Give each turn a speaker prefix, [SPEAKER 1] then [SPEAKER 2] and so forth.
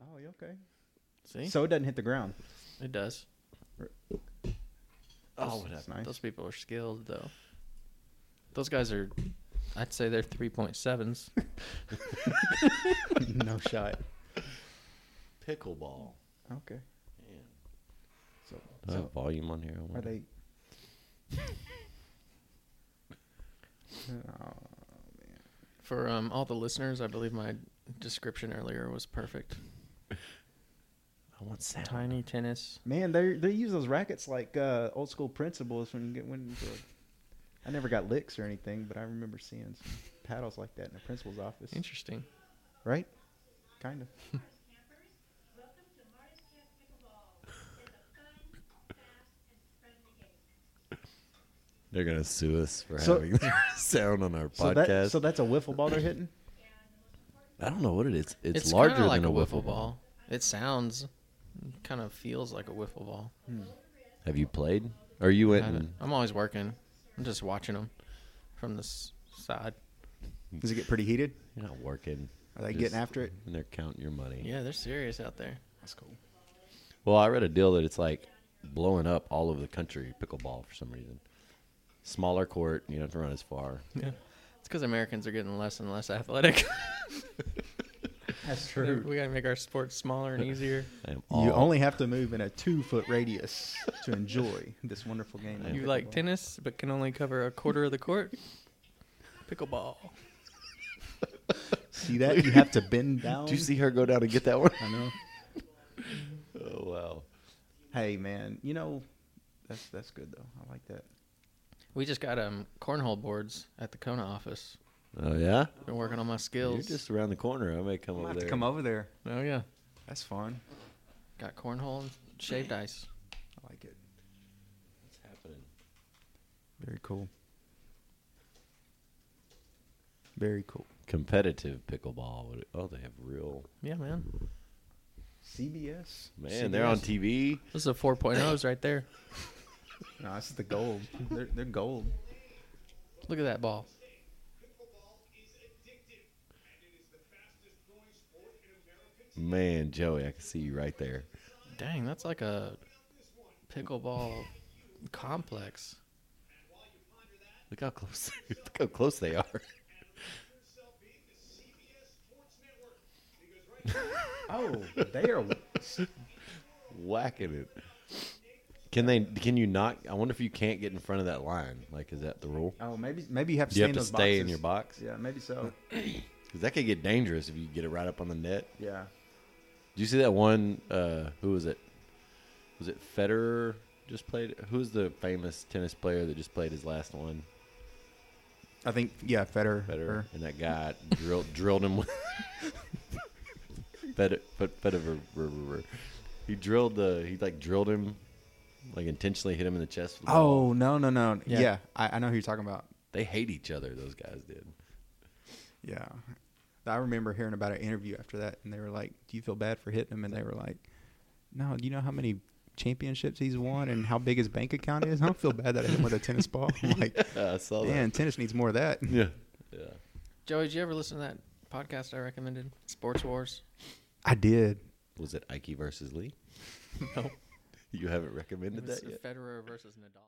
[SPEAKER 1] golly, Oh, okay.
[SPEAKER 2] See,
[SPEAKER 1] So it doesn't hit the ground.
[SPEAKER 2] it does.
[SPEAKER 1] That's-
[SPEAKER 2] Oh, whatever.
[SPEAKER 1] that's nice.
[SPEAKER 2] Those people are skilled though. Those guys are. I'd say they're three point sevens.
[SPEAKER 1] no shot.
[SPEAKER 3] Pickleball.
[SPEAKER 1] Okay.
[SPEAKER 3] Man.
[SPEAKER 1] So,
[SPEAKER 4] Do I
[SPEAKER 1] so
[SPEAKER 4] have volume on here? I
[SPEAKER 1] are
[SPEAKER 4] wonder?
[SPEAKER 1] they? Oh,
[SPEAKER 2] For um, all the listeners, I believe my description earlier was perfect.
[SPEAKER 4] I want sound.
[SPEAKER 2] Tiny tennis.
[SPEAKER 1] man, they they use those rackets like uh, old school principles when you get when. the- I never got licks or anything, but I remember seeing some paddles like that in the principal's office.
[SPEAKER 2] Interesting.
[SPEAKER 1] Right? Kind of.
[SPEAKER 5] campers, welcome to Marta's Camp Pickleball. It's a fun, fast, and friendly game.
[SPEAKER 4] They're gonna sue us for
[SPEAKER 1] So-
[SPEAKER 4] having sound on our
[SPEAKER 1] So,
[SPEAKER 4] podcast.
[SPEAKER 1] that, so that's a wiffle ball they're hitting.
[SPEAKER 4] I don't know what it is. It's,
[SPEAKER 2] It's,
[SPEAKER 4] larger
[SPEAKER 2] kinda like
[SPEAKER 4] than
[SPEAKER 2] a wiffle ball. It sounds, kind of feels like a wiffle ball.
[SPEAKER 4] Have you played? Or you went?
[SPEAKER 2] Kinda.
[SPEAKER 4] And,
[SPEAKER 2] I'm always working. I'm just watching them from this side.
[SPEAKER 1] Does it get pretty heated?
[SPEAKER 4] you're not working.
[SPEAKER 1] Are they
[SPEAKER 4] Just-
[SPEAKER 1] getting after it?
[SPEAKER 4] And they're counting your money.
[SPEAKER 2] Yeah, they're serious out there.
[SPEAKER 1] That's cool.
[SPEAKER 4] Well, I read a deal that it's like blowing up all over the country pickleball for some reason. Smaller court, you don't have to run as far.
[SPEAKER 2] Yeah. It's because Americans are getting less and less athletic.
[SPEAKER 1] That's
[SPEAKER 2] we gotta make our sports smaller and easier.
[SPEAKER 4] I am all
[SPEAKER 1] You only have to move in a two foot radius to enjoy this wonderful game. of
[SPEAKER 2] You like
[SPEAKER 1] pickleball.
[SPEAKER 2] tennis, but can only cover a quarter of the court. Pickleball.
[SPEAKER 1] See that? You have to bend down.
[SPEAKER 4] Did you see her go down and get that one?
[SPEAKER 1] I know.
[SPEAKER 4] oh wow.
[SPEAKER 1] Hey man, you know that's that's good though. I like that.
[SPEAKER 2] We just got um cornhole boards at the Kona office.
[SPEAKER 4] Oh yeah?
[SPEAKER 2] Been working on my skills.
[SPEAKER 4] You're just around the corner. I may come
[SPEAKER 1] I'm gonna
[SPEAKER 4] over
[SPEAKER 1] have
[SPEAKER 4] there.
[SPEAKER 1] to come over there.
[SPEAKER 2] oh yeah.
[SPEAKER 1] That's fun.
[SPEAKER 2] Got cornhole and shaved ice.
[SPEAKER 1] I like it.
[SPEAKER 4] What's happening?
[SPEAKER 1] Very cool. Very cool.
[SPEAKER 4] Competitive pickleball. What- Oh, they have real
[SPEAKER 2] Yeah, man.
[SPEAKER 1] CBS.
[SPEAKER 4] man. They're on
[SPEAKER 2] CBS.
[SPEAKER 4] TV.
[SPEAKER 2] This is a 4.0s right there.
[SPEAKER 1] No, this is the gold. They're, they're gold.
[SPEAKER 2] Look at that ball.
[SPEAKER 6] Pickleball is addictive, and it is the fastest growing sport in America
[SPEAKER 4] Man, Joey, I can see you right there.
[SPEAKER 2] Dang, that's like a pickleball complex.
[SPEAKER 4] Look how close. look how close they are.
[SPEAKER 6] itself being the CBS Sports Network. Because
[SPEAKER 1] Oh,
[SPEAKER 6] right
[SPEAKER 1] they are.
[SPEAKER 4] Whacking it. Can they? Can you not? I wonder if you can't get in front of that line. Like, is that the rule?
[SPEAKER 1] Oh, maybe maybe you have to stay
[SPEAKER 4] Do you have
[SPEAKER 1] in
[SPEAKER 4] to
[SPEAKER 1] those
[SPEAKER 4] stay
[SPEAKER 1] boxes.
[SPEAKER 4] in your box?
[SPEAKER 1] Yeah, maybe so.
[SPEAKER 4] Because that could get dangerous if you get it right up on the net.
[SPEAKER 1] Yeah.
[SPEAKER 4] Do you see that one? Uh, who was it? Was it Federer? Just played. Who's the famous tennis player that just played his last one?
[SPEAKER 1] I think yeah, Federer.
[SPEAKER 4] Federer, and that guy drilled drilled him. with Federer, Federer, he drilled the. He like drilled him, like intentionally hit him in the chest. With the ball.
[SPEAKER 1] Oh no no no yeah,
[SPEAKER 2] Yeah.
[SPEAKER 1] I, I know who you're talking about
[SPEAKER 4] they hate each other. Those guys did.
[SPEAKER 1] yeah I remember hearing about an interview after that and they were like do you feel bad for hitting him and they were like no do you know how many championships he's won and how big his bank account is I don't feel bad that I hit him with a tennis ball I'm like
[SPEAKER 4] Yeah, I saw
[SPEAKER 1] man tennis needs more of that
[SPEAKER 4] that. Yeah, yeah.
[SPEAKER 2] Joey, did you ever listen to that podcast I recommended? Sports Wars.
[SPEAKER 1] I did
[SPEAKER 4] Was it Ike versus Lee?
[SPEAKER 2] No.
[SPEAKER 4] You haven't recommended
[SPEAKER 2] It was
[SPEAKER 4] that yet.
[SPEAKER 2] Federer versus Nadal.